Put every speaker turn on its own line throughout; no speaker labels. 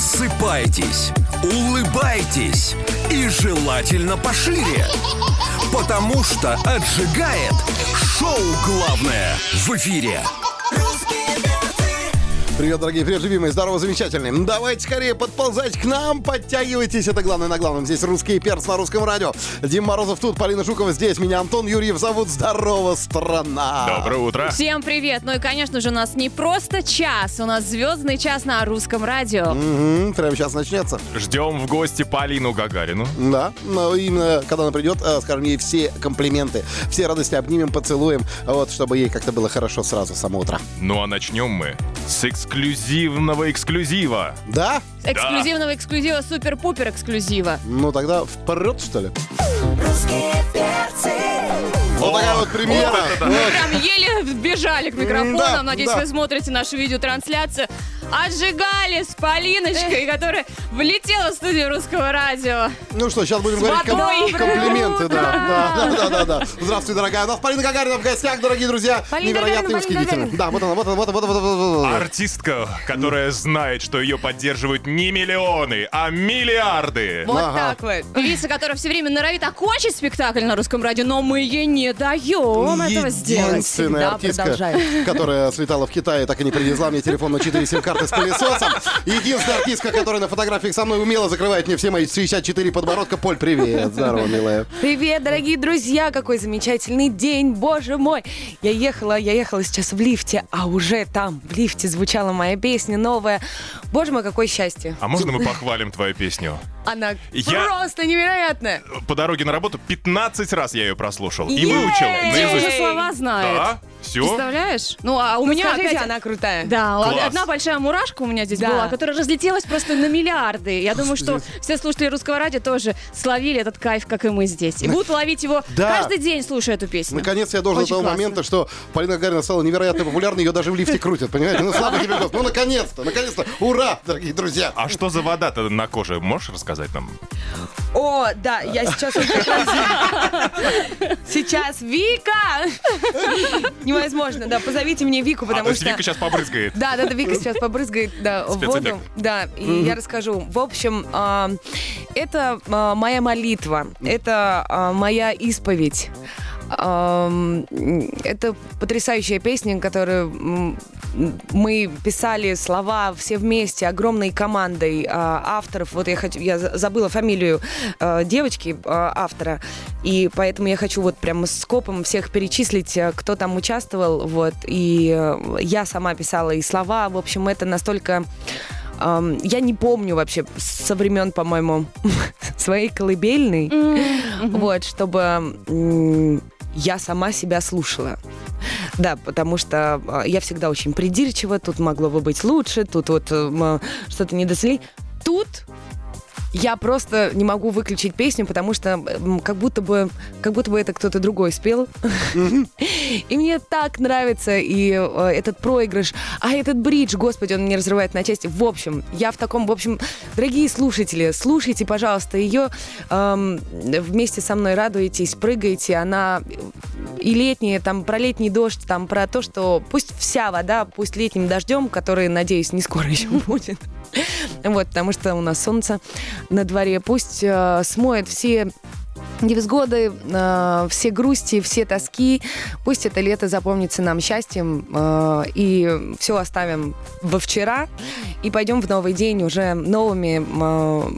Просыпайтесь, улыбайтесь и желательно пошире. Потому что отжигает шоу «Главное» в эфире.
Привет, дорогие, привет, любимые, здорово, замечательные. Ну, Давайте скорее подползать к нам, подтягивайтесь, это главное на главном. Здесь русский перц на русском радио. Дим Морозов тут, Полина Жукова здесь, меня Антон Юрьев зовут. Здорово, страна!
Доброе
А,
утро.
Всем привет! Ну и, конечно же, у нас не просто час, у нас звездный час на русском радио.
Мгм, прямо сейчас начнется.
Ждем в гости Полину Гагарину.
Да, но именно когда она придет, э, скажем ей все комплименты, все радости обнимем, поцелуем, вот, чтобы ей как-то было хорошо сразу с самого утра.
Ну а начнем мы с эксклюзивного эксклюзива.
Да?
Эксклюзивного эксклюзива, супер-пупер эксклюзива.
Ну тогда вперед, что ли?
Русские перцы.
Вот такая вот премьера.
вот это да.
Вот.
Прям еле бежали к микрофонам.
М-да,
Надеюсь,
да.
вы смотрите нашу видеотрансляцию. Отжигали с Полиночкой, которая влетела в студию русского радио.
Ну что, сейчас будем говорить ком-
водой.
комплименты, да.
Доброе
Да, да, да, да. Здравствуй, дорогая. У нас Полина Гагарина в гостях, дорогие друзья.
Полина
Невероятно
Гагарина, Полина
восхитительно.
Гагарина.
Да, вот она, вот она, вот она, вот она, вот она, вот она.
Артистка, которая знает, что ее поддерживают не миллионы, а миллиарды.
Вот
Ага.
так вот. Певица, которая все время норовит окончить спектакль на русском радио, но мы ей не даем этого сделать.
Единственная
Всегда
артистка,
продолжает.
которая слетала в Китай и так и не привезла мне телефон на 4 сим-карты с пылесосом. Единственная артистка, которая на фотографиях со мной умело закрывает мне все мои 64 подбородка. Поль, привет. Здорово, милая.
Привет, дорогие друзья! Какой замечательный день, боже мой! Я ехала, я ехала сейчас в лифте, а уже там в лифте звучала моя песня новая. Боже мой, какое счастье!
А можно мы похвалим твою песню?
Она
Я-
просто невероятная!
По дороге на работу 15 раз я ее прослушал и выучил.
Девушка
Ей!
наизусть.
уже слова знает.
Да, все.
Представляешь? Ну, а у меня
Скажите,
опять...
она крутая.
Да, л-
Класс.
одна большая мурашка у меня здесь
Да.
была, которая разлетелась просто на миллиарды. Я думаю, что все слушатели русского радио тоже словили этот кайф, как и мы здесь. И будут ловить его
Да.
каждый день, слушая эту песню.
Наконец я должен
Очень
до того
классно.
момента, что Полина Гагарина стала невероятно популярной, ее даже в лифте крутят, понимаете? Ну, слава тебе, Господи. Ну, наконец-то, наконец-то. Ура, дорогие друзья.
А что за вода-то на коже? Можешь рассказать нам?
О, да, я сейчас вот как раз- Сейчас Вика! Невозможно, да, позовите мне Вику,
А, то
потому
есть
что...
Вика сейчас побрызгает.
Да, да, да, Вика сейчас побрызгает да, в
Спецэффект.
воду. Да, и я расскажу. В общем, а, это а, моя молитва, это а, моя исповедь. Ам, Это потрясающая песня, которую м, мы писали слова все вместе, огромной командой а, авторов. Вот я хочу, я за- забыла фамилию а, девочки а, автора, и поэтому я хочу вот прямо скопом всех перечислить, а, кто там участвовал, вот. И э, я сама писала и слова. В общем, это настолько Ам, Я не помню вообще со времен, по-моему, своей колыбельной, вот, чтобы м, я сама себя слушала. Да, потому что а, я всегда очень придирчива, тут могло бы быть лучше, тут вот э, м, что-то недоцели. Тут я просто не могу выключить песню, потому что м, как будто бы, как будто бы это кто-то другой спел. И мне так нравится и э, этот проигрыш, а этот бридж, господи, он меня разрывает на части. В общем, я в таком, в общем, дорогие слушатели, слушайте, пожалуйста, ее эм, вместе со мной радуйтесь, прыгайте, она и летняя, там про летний дождь, там про то, что пусть вся вода, пусть летним дождем, который, надеюсь, не скоро еще будет. Вот, потому что у нас солнце на дворе. Пусть э, смоет все невзгоды, э, все грусти, все тоски. Пусть это лето запомнится нам счастьем. э, и все оставим во вчера. И пойдем в новый день уже новыми э,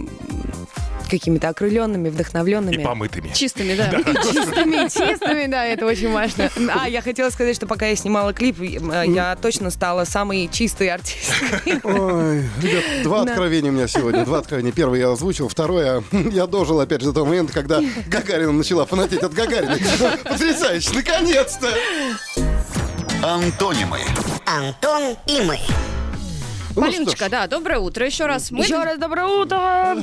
какими-то окрыленными,
И
вдохновленными.
помытыми.
Чистыми, да.
Ну
Чистыми, чистыми, да, это очень важно. А, я хотела сказать, что пока я снимала клип, э, я точно стала самой чистой артисткой.
Ой, ребят, два откровения у меня сегодня. Два откровения. Первое я озвучил, второе я дожил опять же до того момента, когда Гагарина начала фанатеть от Гагарина. Потрясающе, наконец-то! Ну
Антонимы.
Антон и мы.
Ну
Полиночка, да, доброе утро еще раз. Мы
Еще раз доброе утро! А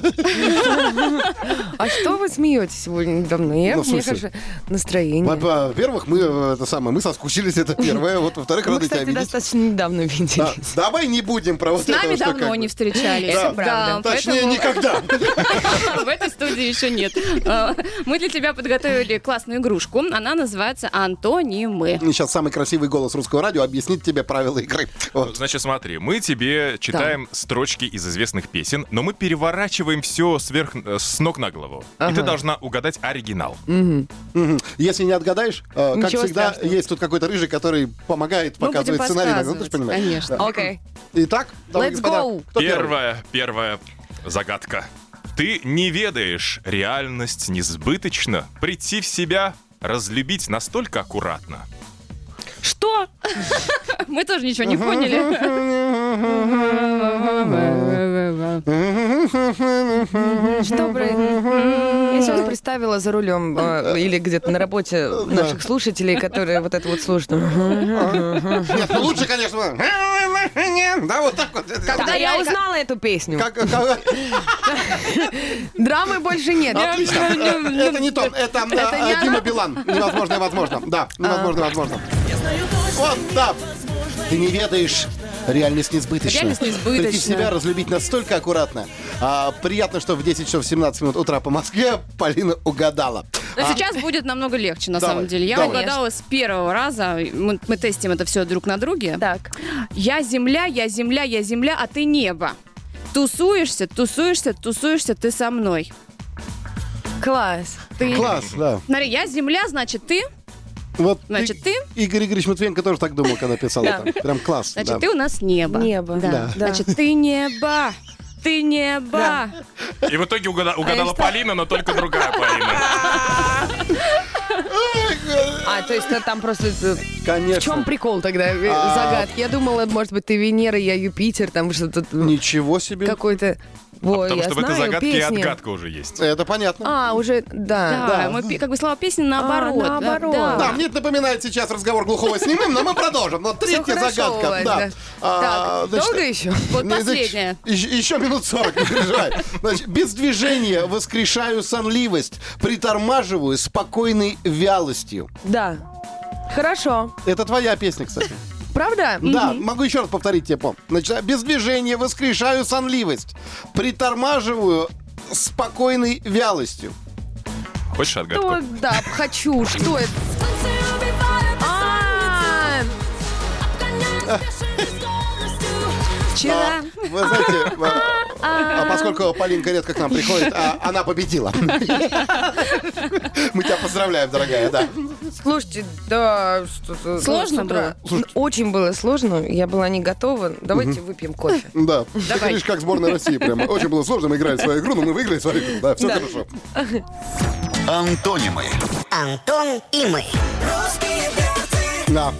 что вы смеетесь сегодня давно? Я,
Ну, в
мне
смысле?
хорошее настроение.
во- Во-первых, мы э, это самое, мы соскучились, это первое. Вот, во-вторых,
Мы,
рады тебя
кстати,
видеть.
достаточно недавно
Да,
виделись.
Давай не будем про вот
с нами
этого, что
давно
как
не
бы.
встречались.
Да.
Да,
Точнее,
поэтому-
никогда.
В этой студии еще нет. Э, Мы для тебя подготовили классную игрушку. Она называется «Антонимы».
Сейчас самый красивый голос русского радио объяснит тебе правила игры. Вот.
Значит, смотри, мы тебе где читаем строчки из известных песен, но мы переворачиваем все сверх э, с ног на голову. И ты должна угадать оригинал.
Мгм. Если не отгадаешь, э, как
Ничего
всегда,
страшного.
есть тут какой-то рыжий, который помогает,
Мы
показывает
будем
сценарий. иногда,
подсказывать,
ты же понимаешь?
конечно.
Да.
Окей.
Итак, дамы и
Let's
господа,
go.
кто первый?
Первая, первая загадка. Ты не ведаешь, реальность несбыточна. Прийти в себя, разлюбить настолько аккуратно.
Что?
Мы тоже ничего не поняли.
Что, блин? Я сейчас представила за рулем э, или где-то на работе наших слушателей, которые вот это вот слушают.
Нет, ну лучше, конечно. Да, вот так вот.
Когда я узнала эту песню,
Как- как-
драмы больше нет.
Отлично. Это не то. Это э, э, Дима Билан. Невозможно, возможно. Да, невозможно, возможно. Вот, да. Ты не ведаешь. Реальность несбыточна.
Реальность несбыточна.
Прийти в себя, разлюбить настолько аккуратно. А, приятно, что в 10 часов 17 минут утра по Москве Полина угадала. А,
Но сейчас будет намного легче, на
Давай,
самом деле. Я
давай.
угадала с первого раза. Мы, мы тестим это все друг на друге.
Так.
Я земля, я земля, я земля, а ты небо. Тусуешься, тусуешься, тусуешься ты со мной.
Класс.
Ты...
Класс, да.
Смотри, я земля, значит ты,
Вот
Значит, ты?
Игорь Игоревич Матвиенко тоже так думал, когда писал это. Прям класс.
значит
да.
ты у нас небо.
Небо.
Да.
Да.
Значит, ты небо. Ты небо.
И в итоге угада- угадала
что?
Полина, но только другая Полина.
А, то есть э, там просто... э, В
Конечно.
ну,
чем прикол тогда э,
а,
загадки? Я думала, может быть, ты Венера, я Юпитер, там что-то э,
Ничего себе.
какой-то... Вот,
А Потому
я
что в этой
знаю
загадке и
песни.
отгадка уже есть.
Это понятно.
А, уже,
Да,
да.
мы пи- как бы слова песни наоборот. да,
А, наоборот.
да.
Да, мне это напоминает сейчас разговор глухого с ним, но мы продолжим. Но
Всё
третья
хорошо,
загадка.
Вась,
Да.
да.
А,
Так,
значит,
долго еще?
Вот
ну, значит,
последняя.
Еще, еще минут 40, не переживай. Значит, без движения воскрешаю сонливость, притормаживаю спокойной вялостью.
Да. Хорошо.
Это твоя песня, кстати.
Правда?
Да, могу еще раз повторить тебе, Пом. Значит, а, без движения воскрешаю сонливость, притормаживаю спокойной вялостью.
Хочешь отгадку?
Что? Ну, Да, хочу. Что это? А,
Вчера.
Вы знаете, а а поскольку Полинка редко к нам приходит, а она победила. Мы тебя поздравляем, дорогая, да.
Слушайте, да, что-то... ну,
Сложно
с утра.
было?
Очень было сложно, я была не готова. Давайте выпьем кофе.
Да, ты говоришь, как сборная России прямо. Очень было сложно, мы играли свою игру, но мы выиграли свою игру, да, все хорошо.
Антонимы.
Антон и мы. Русские перцы.
Да.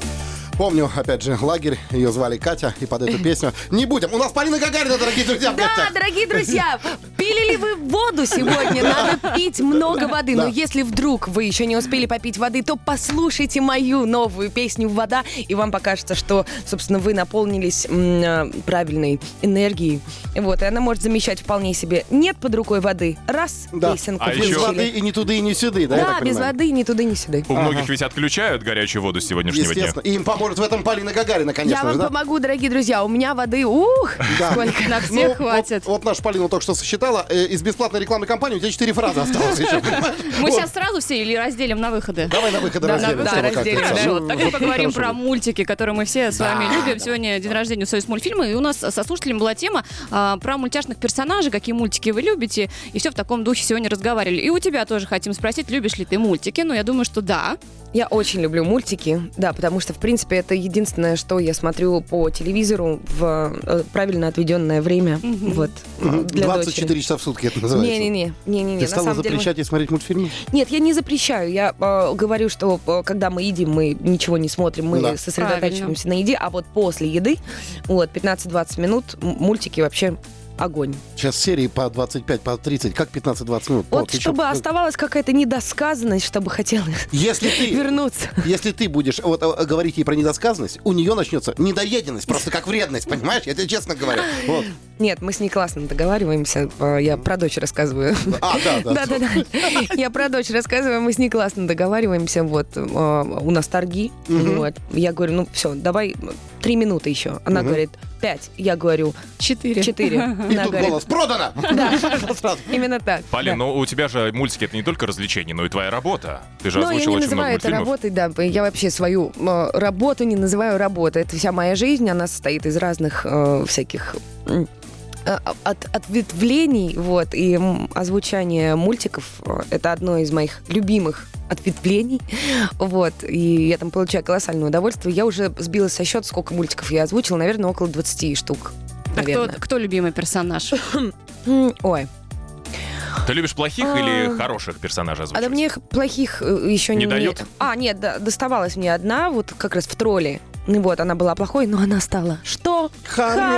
Помню, опять же, лагерь, ее звали Катя, и под эту песню не будем. У нас Полина Гагарина, дорогие друзья, в
Да,
гостях.
дорогие друзья, пили ли вы воду сегодня? Надо пить много воды. Но
Да.
если вдруг вы еще не успели попить воды, то послушайте мою новую песню «Вода», и вам покажется, что, собственно, вы наполнились м, э, правильной энергией. Вот, и она может замещать вполне себе «Нет под рукой воды». Раз,
Да.
песенку
А
Без
еще-
воды
включили.
и не туды, и не сюды, да, я
Да,
так
без
понимаю?
воды ни туда, ни сюда.
У многих ведь отключают горячую воду с сегодняшнего дня.
Естественно. И им поможет в этом Полина Гагарина,
Я
конечно
вам
же, да?
помогу, дорогие друзья. У меня воды, ух,
Да.
сколько.
На всех
Ну,
хватит.
Вот, вот наша Полина только что сосчитала. э, из бесплатной рекламной кампании у тебя четыре фразы осталось еще. понимаешь?
Мы
Вот.
сейчас сразу все или разделим на выходы?
Давай на выходы
Да,
разделим.
да,
всё, ну, как
разделим.
это,
Хорошо,
ну,
так
вот
мы поговорим
хорошо
про
будет.
мультики, которые мы все с вами любим. Сегодня день рождения Союз мультфильма, и у нас со слушателем была тема а, про мультяшных персонажей, какие мультики вы любите, и все в таком духе сегодня разговаривали. И у тебя тоже хотим спросить, любишь ли ты мультики? Ну, я думаю, что да.
Я очень люблю мультики, да, потому что, в принципе, это единственное, что я смотрю по телевизору в э, правильно отведенное время. Вот.
Мгм.
для
24 часа в сутки это называется.
Не-не-не, не-не-не,
Ты
на
стала
самом деле-
запрещать ей смотреть мультфильмы?
Нет, я не запрещаю. Я э, говорю, что э, когда мы едим, мы ничего не смотрим, мы
Да.
сосредотачиваемся на еде, а вот после еды, вот, 15-20 минут, м- мультики вообще огонь.
Сейчас серии по 25, по 30, как 15-20 минут. О,
Вот,
ты чё?
чтобы оставалась какая-то недосказанность, чтобы хотелось
Если ты,
вернуться.
если ты будешь вот, э, говорить ей про недосказанность, у нее начнется недоеденность, просто как вредность, понимаешь? Я тебе честно говорю. Вот.
Нет, мы с ней классно договариваемся. Э, Я про дочь рассказываю.
А, да, да.
Да-да-да. Я про дочь рассказываю, мы с ней классно договариваемся. Вот э, у нас торги. Вот. Я говорю, ну все, давай э, три минуты еще. Она говорит, пять, я говорю.
Четыре.
Четыре.
И
Она
тут
говорит,
голос «Продано!» Сразу.
Именно так.
Полин,
да.
ну у тебя же мультики это не только развлечение, но и твоя работа. Ты же
Но я
озвучил
не
очень много
называю это
мультфильмов.
работой, да. Я вообще свою э, работу не называю работой. Это вся моя жизнь, она состоит из разных э, всяких м, э, от, ответвлений, вот, и м, озвучание мультиков э, это одно из моих любимых ответвлений, вот, и я там получаю колоссальное удовольствие. Я уже сбилась со счета, сколько мультиков я озвучила, наверное, около 20 штук.
А кто,
Наверное.
кто любимый персонаж?
М, Ой,
Ты любишь плохих
А.
или хороших персонажей
А
озвучивать?
да мне их плохих э, еще
Не
не...
дают?
А, нет, да, доставалась мне одна, вот как раз в тролле. Ну вот, она была плохой, но она стала что?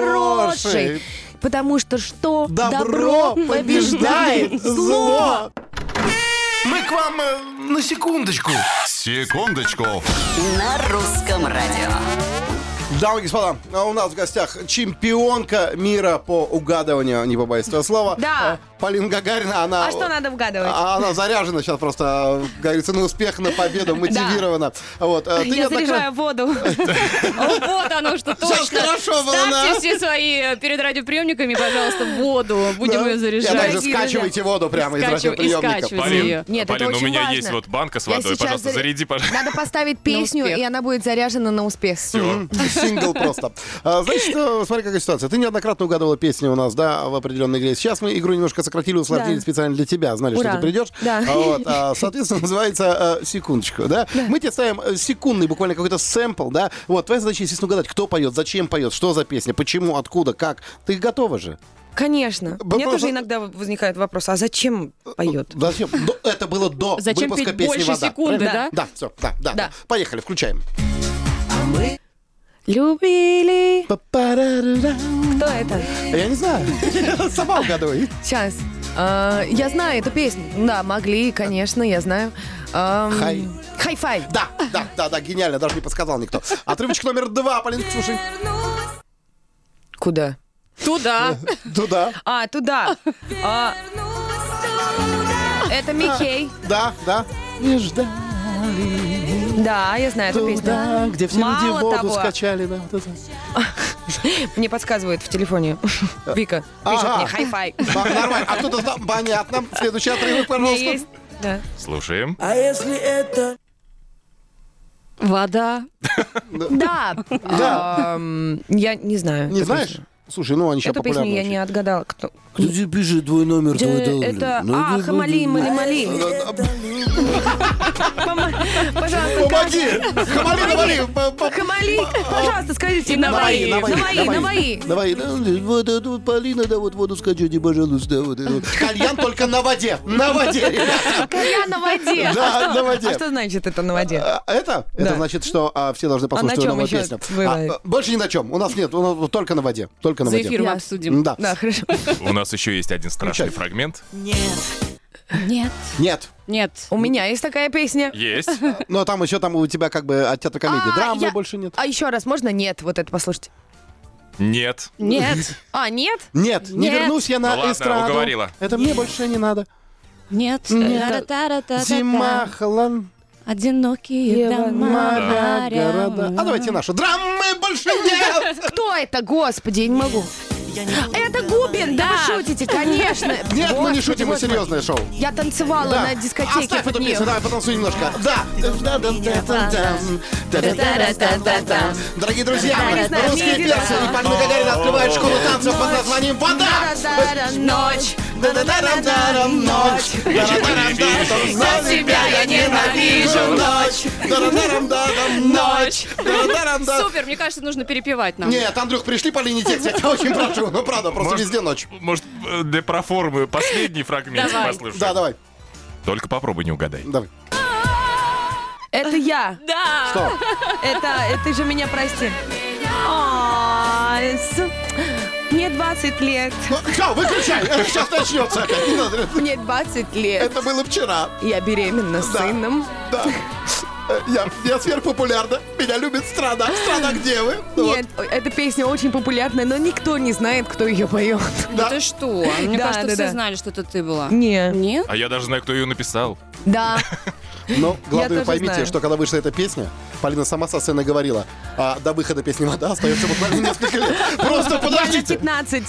Хороший.
Потому что что?
Добро побеждает зло.
Мы к вам э, на секундочку. Секундочку.
На русском радио.
Дамы и господа, а у нас в гостях чемпионка мира по угадыванию, не побоюсь этого слова.
Да.
э, Полина Гагарина, она...
А что надо угадывать?
А она заряжена сейчас просто, э, как говорится, на успех, на победу, мотивирована. Вот. э, ты
Я
неоднократно-
заряжаю воду.
О, Вот оно что
Сейчас
точно.
хорошо было, да?
Ставьте все свои э, перед радиоприемниками, пожалуйста, воду. Будем
Да.
ее
Я
заряжать.
также скачивайте воду прямо из
Скачу-
радиоприемника.
и скачивайте.
Полин,
её.
Нет, это
Полин, у
очень
меня
важно.
есть вот банка с
Я
водой.
сейчас
Пожалуйста,
заря-
заряди, пожалуйста.
Надо поставить
успех.
она будет заряжена на успех.
Всё.
Сингл просто. А, Значит, э, смотри, какая ситуация. Ты неоднократно угадывала песни у нас, да, в определенной игре. Сейчас мы игру немножко сократили, усложнили
Да.
специально для тебя. Знали,
Ура.
что ты придешь.
Да.
А, вот, а, Соответственно, называется э, «Секундочку», да? Мы тебе ставим э, секундный буквально какой-то сэмпл, да? Вот, твоя задача, естественно, угадать, кто поет, зачем поет, что за песня, почему, откуда, как. Ты готова же?
Конечно.
Вопрос- Э,
Мне тоже иногда возникает вопрос, а зачем поет?
Зачем? До- Это было до
Зачем
выпуска
петь
песни
больше
«Вода».
секунды,
Правильно?
да?
Да, все, да, да,
Да.
да. Поехали, включаем.
Любили.
Па-па-ра-ра-ра. А
Кто это?
Я не знаю. Сама угадывай.
Сейчас. А, я знаю эту песню. Да, могли, конечно, я знаю. Ам,
Хай.
Хай-фай.
Да, да, да, да, гениально, даже не подсказал никто. Отрывочек номер два, Полин, слушай.
Куда?
Туда.
Туда,
А, туда. А, это Михей.
да, да. Не ждали
Да, я знаю эту песню.
туда, где все
Мало
люди воду
того.
скачали. Да, вот это.
Мне подсказывает в телефоне Вика. Пишет
Ага.
мне хай-фай.
Да, Нормально, а кто-то там, понятно. Следующий отрывок,
У меня
пожалуйста.
есть- Да.
Слушаем.
Вода.
Да.
Да.
Ам, Я не знаю.
Не
эту
знаешь?
песню.
Слушай, ну они сейчас
А, Эту песню
популярны.
я не
очень.
отгадала. Кто?
Ну, пиши твой Ну, номер,
Э, Это А, Хамали, Мали,
ну,
Мали. Пожалуйста,
Помоги! Хамали,
скажите.
навали!
Хамали, пожалуйста, скажите.
Наваи,
Наваи, Наваи.
Наваи, да, вот это вот, Полина, да, вот воду скачайте, пожалуйста. Вот, это вот. Кальян только на воде, на воде, ребята.
Я на воде.
Да,
А
на
что-
воде.
А что значит это на воде?
А, Это? Это
Да.
значит, что а, все должны послушать
на
твою
чем
новую
еще
песню.
бывает?
А, а, больше ни на чем. У нас нет, у нас вот только на воде. Только на
За
воде.
эфиром
Я-
обсудим.
Да.
Да, хорошо.
У нас еще есть один страшный
Включай.
фрагмент.
Нет.
Нет.
Нет.
У меня есть такая песня.
Есть.
Но там еще там у тебя как бы от театра комедии.
А,
Драмы
я-
больше нет.
А еще раз, можно нет? Вот это послушайте.
Нет.
Нет.
А, нет?
Нет, не
Нет.
вернусь я на
Ну ладно,
эстраду.
уговорила.
Это мне больше не надо.
Нет. э,
Нет.
Та-ра-та-ра-та-та-та.
Зима, холод,
Одинокие дома.
моря,
горя.
города. А давайте нашу. Драмы больше нет.
Кто это? Господи, я не могу. Это Губин, да вы шутите, конечно.
Нет, мы не
Господи,
шутим, мы
Господи.
серьезное шоу.
Я танцевала
Да.
на дискотеке.
Оставь эту
под неё.
песню, давай потанцуем немножко. Да. Дорогие друзья,
не знаю,
русские
мне не
перцы и Полина Гагарина открывает школу танцев под названием «Вода».
Да-да-да, Ночь.
Дарам-дарам, ночь. Дарам-дарам-дарам, за тебя я ненавижу ночь. Дарам-дарам-дарам, ночь. Дарам-дарам-дарам.
Супер, мне кажется, нужно перепевать нам.
Нет, Андрюх, пришли по линии текста, я тебя очень прошу. Ну, правда, просто
Может-
везде ночь.
Может, э, для проформы последний фрагмент
Давай.
послушаем?
Да, давай,
Только попробуй не угадай.
давай.
Это я.
Да.
Что?
Это, это ты же меня прости. А, с- Мне 20 лет.
Ну, все, выключай, сейчас начнется опять. Не надо.
Мне 20 лет.
Это было вчера.
Я беременна
Да.
сыном.
Да. Э, Я, я сверхпопулярна. Меня любит страна. Страна, где вы? Ну, вот,
Нет, о- эта песня очень популярная, но никто не знает, кто ее поет.
да.
Ты что? Мне
Да,
кажется,
да,
все
да.
знали, что это ты была.
Не.
Нет?
А я даже знаю, кто ее написал.
Да.
Но главное,
тоже
вы поймите,
знаю.
что когда вышла эта песня, Полина сама со сцены говорила, а до выхода песни «Вода» остается буквально несколько лет. Просто
Буквально
подождите.
15.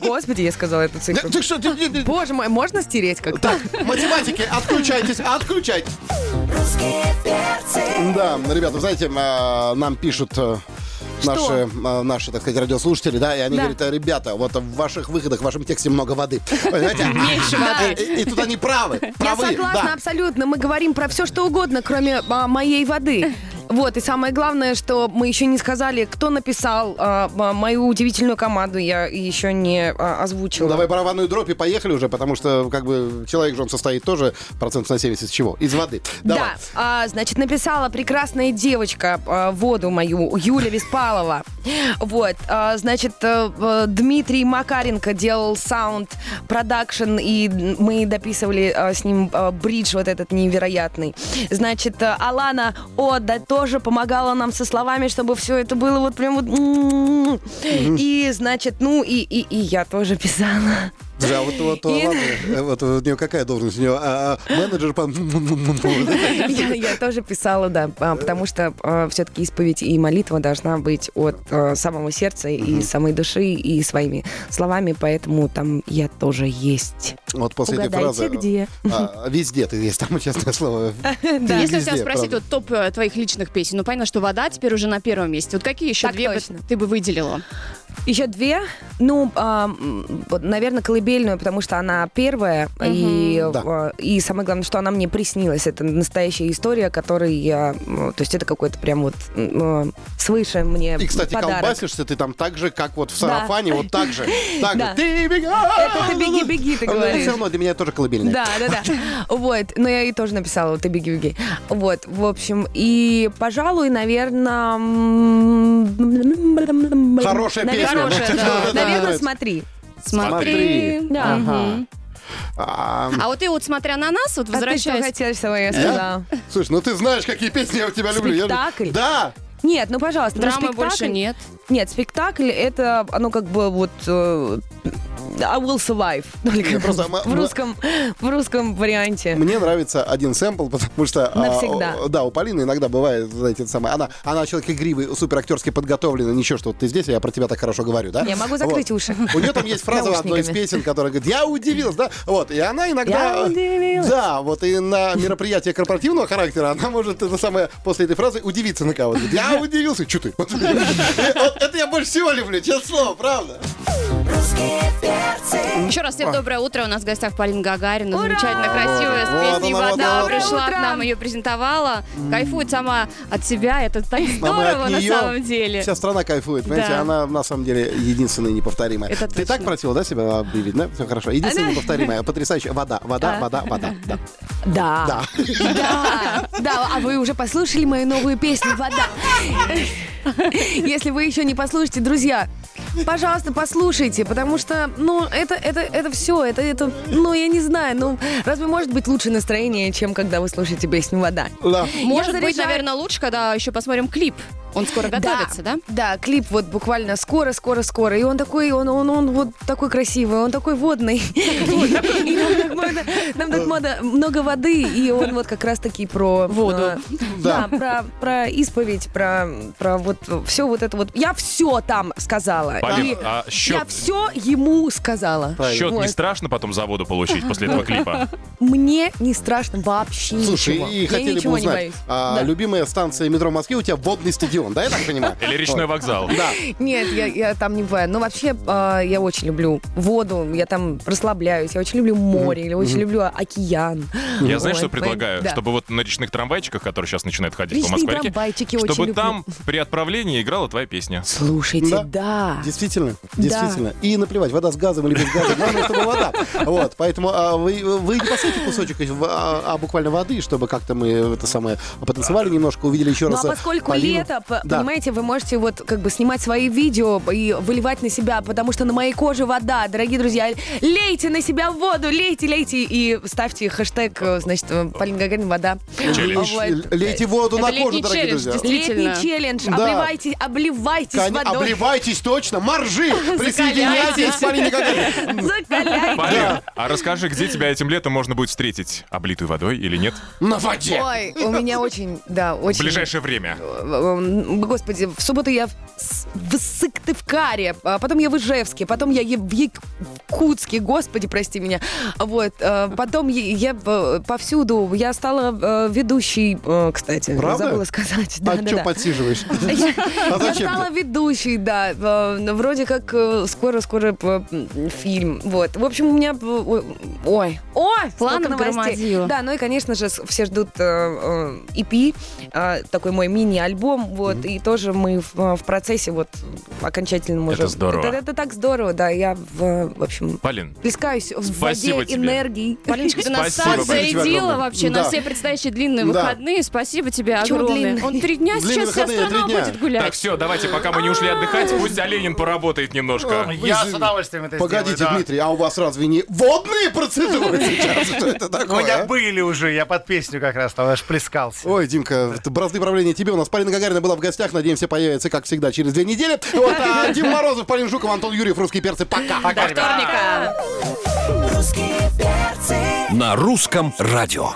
Господи, я сказала эту
Да
цифру.
Ты что, ты- ты- ты-
Боже мой, можно стереть как-то?
Так, математики, отключайтесь, отключайтесь. Да, ребята, вы знаете, э, нам пишут э, наши, э, наши, так сказать, радиослушатели, да, и они
Да.
говорят, «Э, ребята, вот в ваших выходах, в вашем тексте много воды. Понимаете?
Меньше воды.
И, и тут они правы.
Я
правы,
согласна
да.
абсолютно. Мы говорим про все, что угодно, кроме а, моей воды. Вот, и самое главное, что мы еще не сказали, кто написал а, м- мою удивительную команду, я еще не а,
Ну,
озвучила.
давай барабанную дробь и поехали уже, потому что, как бы, человек же он состоит тоже процент на 70 из чего? Из воды. Давай.
Да, а, значит, написала прекрасная девочка а, воду мою, Юля Веспалова. Вот, а, значит, э, э, Дмитрий Макаренко делал саунд продакшн, и мы дописывали а, с ним а, бридж вот этот невероятный. Значит, э, Алана Ода тоже помогала нам со словами, чтобы все это было вот прям вот... м-м-м. И, значит, ну, и, и, и я тоже писала.
Слушай, а вот, вот,
И-
ладно, э, вот у нее какая должность? У нее а, а, менеджер по...
Я, я тоже писала, да, а, потому что все-таки исповедь и молитва должна быть от э, самого сердца и самой души и своими словами, поэтому там я тоже есть.
Вот после этой
Угадайте,
фразы...
где? Э,
а, везде ты есть, там, честное слово.
Если у тебя
Везде,
спросить
правда.
вот топ э, твоих личных песен, ну понятно, что вода теперь уже на первом месте. Вот какие еще
Так
две бы
точно.
ты бы выделила?
Еще две, ну, а, м, вот, наверное, колыбельную, потому что она первая и
Да.
э, и самое главное, что она мне приснилась, это настоящая история, которой я, ну, то есть это какой-то прям вот м, э, свыше мне
И, кстати,
подарок.
колбасишься ты там так же, как вот в сарафане,
Да.
вот так же. Так
Да.
же. Ты А, ну, бега!
Это ты беги, беги, ты
Но
говоришь.
все равно для меня тоже колыбельная.
Да, да, да. Вот. Но я и тоже написала, ты беги, беги. Вот, в общем, и, пожалуй, наверное... м,
Хорошая
наверное,
песня.
хорошая,
Ну,
да.
да-да-да,
Наверное,
нравится.
смотри.
Смотри.
Да.
Ага. А,
А вот и вот смотря на нас, вот
А ты что
возвращаясь...
хотела, чтобы я сказала?
Слушай, ну ты знаешь, какие песни я у тебя люблю. Я же-
Спектакль?
Да!
Нет, ну, пожалуйста. ну,
Драмы
спектакль-
больше нет.
Нет, спектакль, это, оно как бы вот... э, I will survive. Только
Я просто- м-
в,
м-
русском, в русском варианте.
Мне нравится один сэмпл, потому что... а,
Навсегда.
о- да, у Полины иногда бывает, знаете, это самое... Она, она человек игривый, суперактерски подготовленный. Ничего, что вот ты здесь, а я про тебя так хорошо говорю, да?
Я могу закрыть
Вот.
уши.
У нее там есть фраза в одной из
Наушниками.
песен, которая говорит, я удивилась, да? Вот, и она иногда...
Я удивилась.
Да, вот и на мероприятии корпоративного характера она может это самое после этой фразы удивиться на кого-то. Говорит, Я удивился, что ты? Вот это я больше всего люблю, честное слово, правда.
Еще раз всем доброе утро. У нас в гостях Полина Гагарина.
Ура!
Замечательно красивая, с
Вот
песней
она, вот
«Вода»
она.
пришла
Доброе
к нам,
утро!
ее презентовала. Кайфует сама от себя. Это так
А мы от
здорово на
неё-
самом деле.
Вся страна кайфует, понимаете,
Да.
она на самом деле единственная неповторимая.
Это
Ты
точно.
так просила, да, себя объявить, да? Все хорошо. Единственная неповторимая, потрясающая. Вода, вода, вода, вода. Да.
Да.
Да.
Да, да, а вы уже послушали мою новую песню «Вода». Если вы еще не послушаете, друзья, пожалуйста, послушайте, потому что, ну, это, это, это все, это, это, ну, я не знаю, ну, разве может быть лучше настроение, чем когда вы слушаете песню «Вода»?
Да.
Может
Я
быть,
заряжаю-
наверное, лучше, когда еще посмотрим клип. Он скоро готовится, да?
Да, клип вот буквально скоро, скоро, скоро. И он такой, он, он, он вот такой красивый, он такой водный. И нам так много- Нам так много- много воды, и он вот как раз таки про
Воду.
э, Да, про, про исповедь, про, про вот все вот это вот. Я все там сказала.
Полин,
И
а
Я
счет,
все ему сказала.
счет
Вот.
не страшно потом за воду получить после этого клипа?
Мне не страшно вообще
Слушай,
ничего.
и
Я
хотели бы
ничего не
узнать,
боюсь.
а,
Да.
любимая станция метро Москвы у тебя водный стадион, да, я так понимаю?
Или речной вокзал?
Да.
Нет, я, я там не бываю. Но вообще а, я очень люблю воду, я там расслабляюсь, я очень люблю море, я очень люблю океан.
Я знаю,
Вот,
что предлагаю,
да.
чтобы вот на речных трамвайчиках, которые сейчас начинают ходить по
Речные
Москве,
трамвайчики очень
чтобы
люблю.
там при отправлении играла твоя песня.
Слушайте,
Да.
да.
Действительно, действительно. И наплевать, вода с газом или без газа, главное, чтобы вода. Вот, поэтому а, вы, вы не посыпьте кусочек, в- а, а буквально воды, чтобы как-то мы это самое потанцевали немножко, увидели еще
Ну
раз.
а поскольку
Полину.
лето, э,
Да.
понимаете, вы можете вот как бы снимать свои видео и выливать на себя, потому что на моей коже вода, дорогие друзья, лейте на себя воду, лейте, лейте и ставьте хэштег, э, значит, э, Полина Гагарина вода.
Челлендж.
Вот.
Лейте воду
Это
на кожу,
летний
дорогие
челлендж,
друзья.
Действительно.
Летний челлендж.
Да.
Обливайтесь, обливайтесь
Кон-
водой.
Обливайтесь точно, моржи! Присоединяйтесь, Полине Гагариной.
Закаляйте.
Полин, а расскажи, где тебя этим летом можно будет встретить? Облитую водой или нет?
На воде! А
Ой, у меня очень, да,
В
очень...
ближайшее время.
Эм, Господи, в субботу я в, С- в Сыктывкаре, а потом я в Ижевске, потом я е- в Якутске, господи, прости меня. Вот, э, потом е- я в- э, повсюду, я стала э, ведущей, э, кстати,
Правда?
забыла сказать. Да,
А
да,
чё
да.
подсиживаешь?
Я,
А
я
зачем
стала ведущей, да. Э, ну, Вроде как э, скоро-скоро э, м, фильм. Вот. В общем, у меня... э, о- Ой, ой,
Планов
сколько новостей.
громадила.
Да, ну и, конечно же, с- все ждут э, э, EP, э, такой мой мини-альбом, вот, и тоже мы в, э, в процессе вот окончательно уже...
здорово.
Это, это так здорово, да, я, в, в общем,
Полин,
плескаюсь в
Спасибо
воде
тебе.
энергией.
Полиночка, ты нас
Спасибо
так
большое тебе
зарядила
огромное.
вообще
Да.
на все предстоящие длинные
Да.
выходные. Спасибо тебе
Чего
огромное.
длинные?
Он три дня
Длинные
сейчас вся
выходные, три
страна
дня.
будет гулять.
так, все, давайте, пока мы не ушли отдыхать, пусть Оленин поработает немножко.
Я с удовольствием это
Погодите,
сделаю, да.
Дмитрий, а у вас разве не водные процедуры сейчас? Что это
У меня
такое? а?
были уже, Ну, я под песню как раз там аж плескался.
Ой, Димка, т- бразды правления тебе. У нас Полина Гагарина была в гостях. Надеемся, появится, как всегда, через две недели. Вот, а Дим Морозов, Полин Жуков, Антон Юрьев, «Русские перцы». Пока!
Пока, ребята.
на русском радио.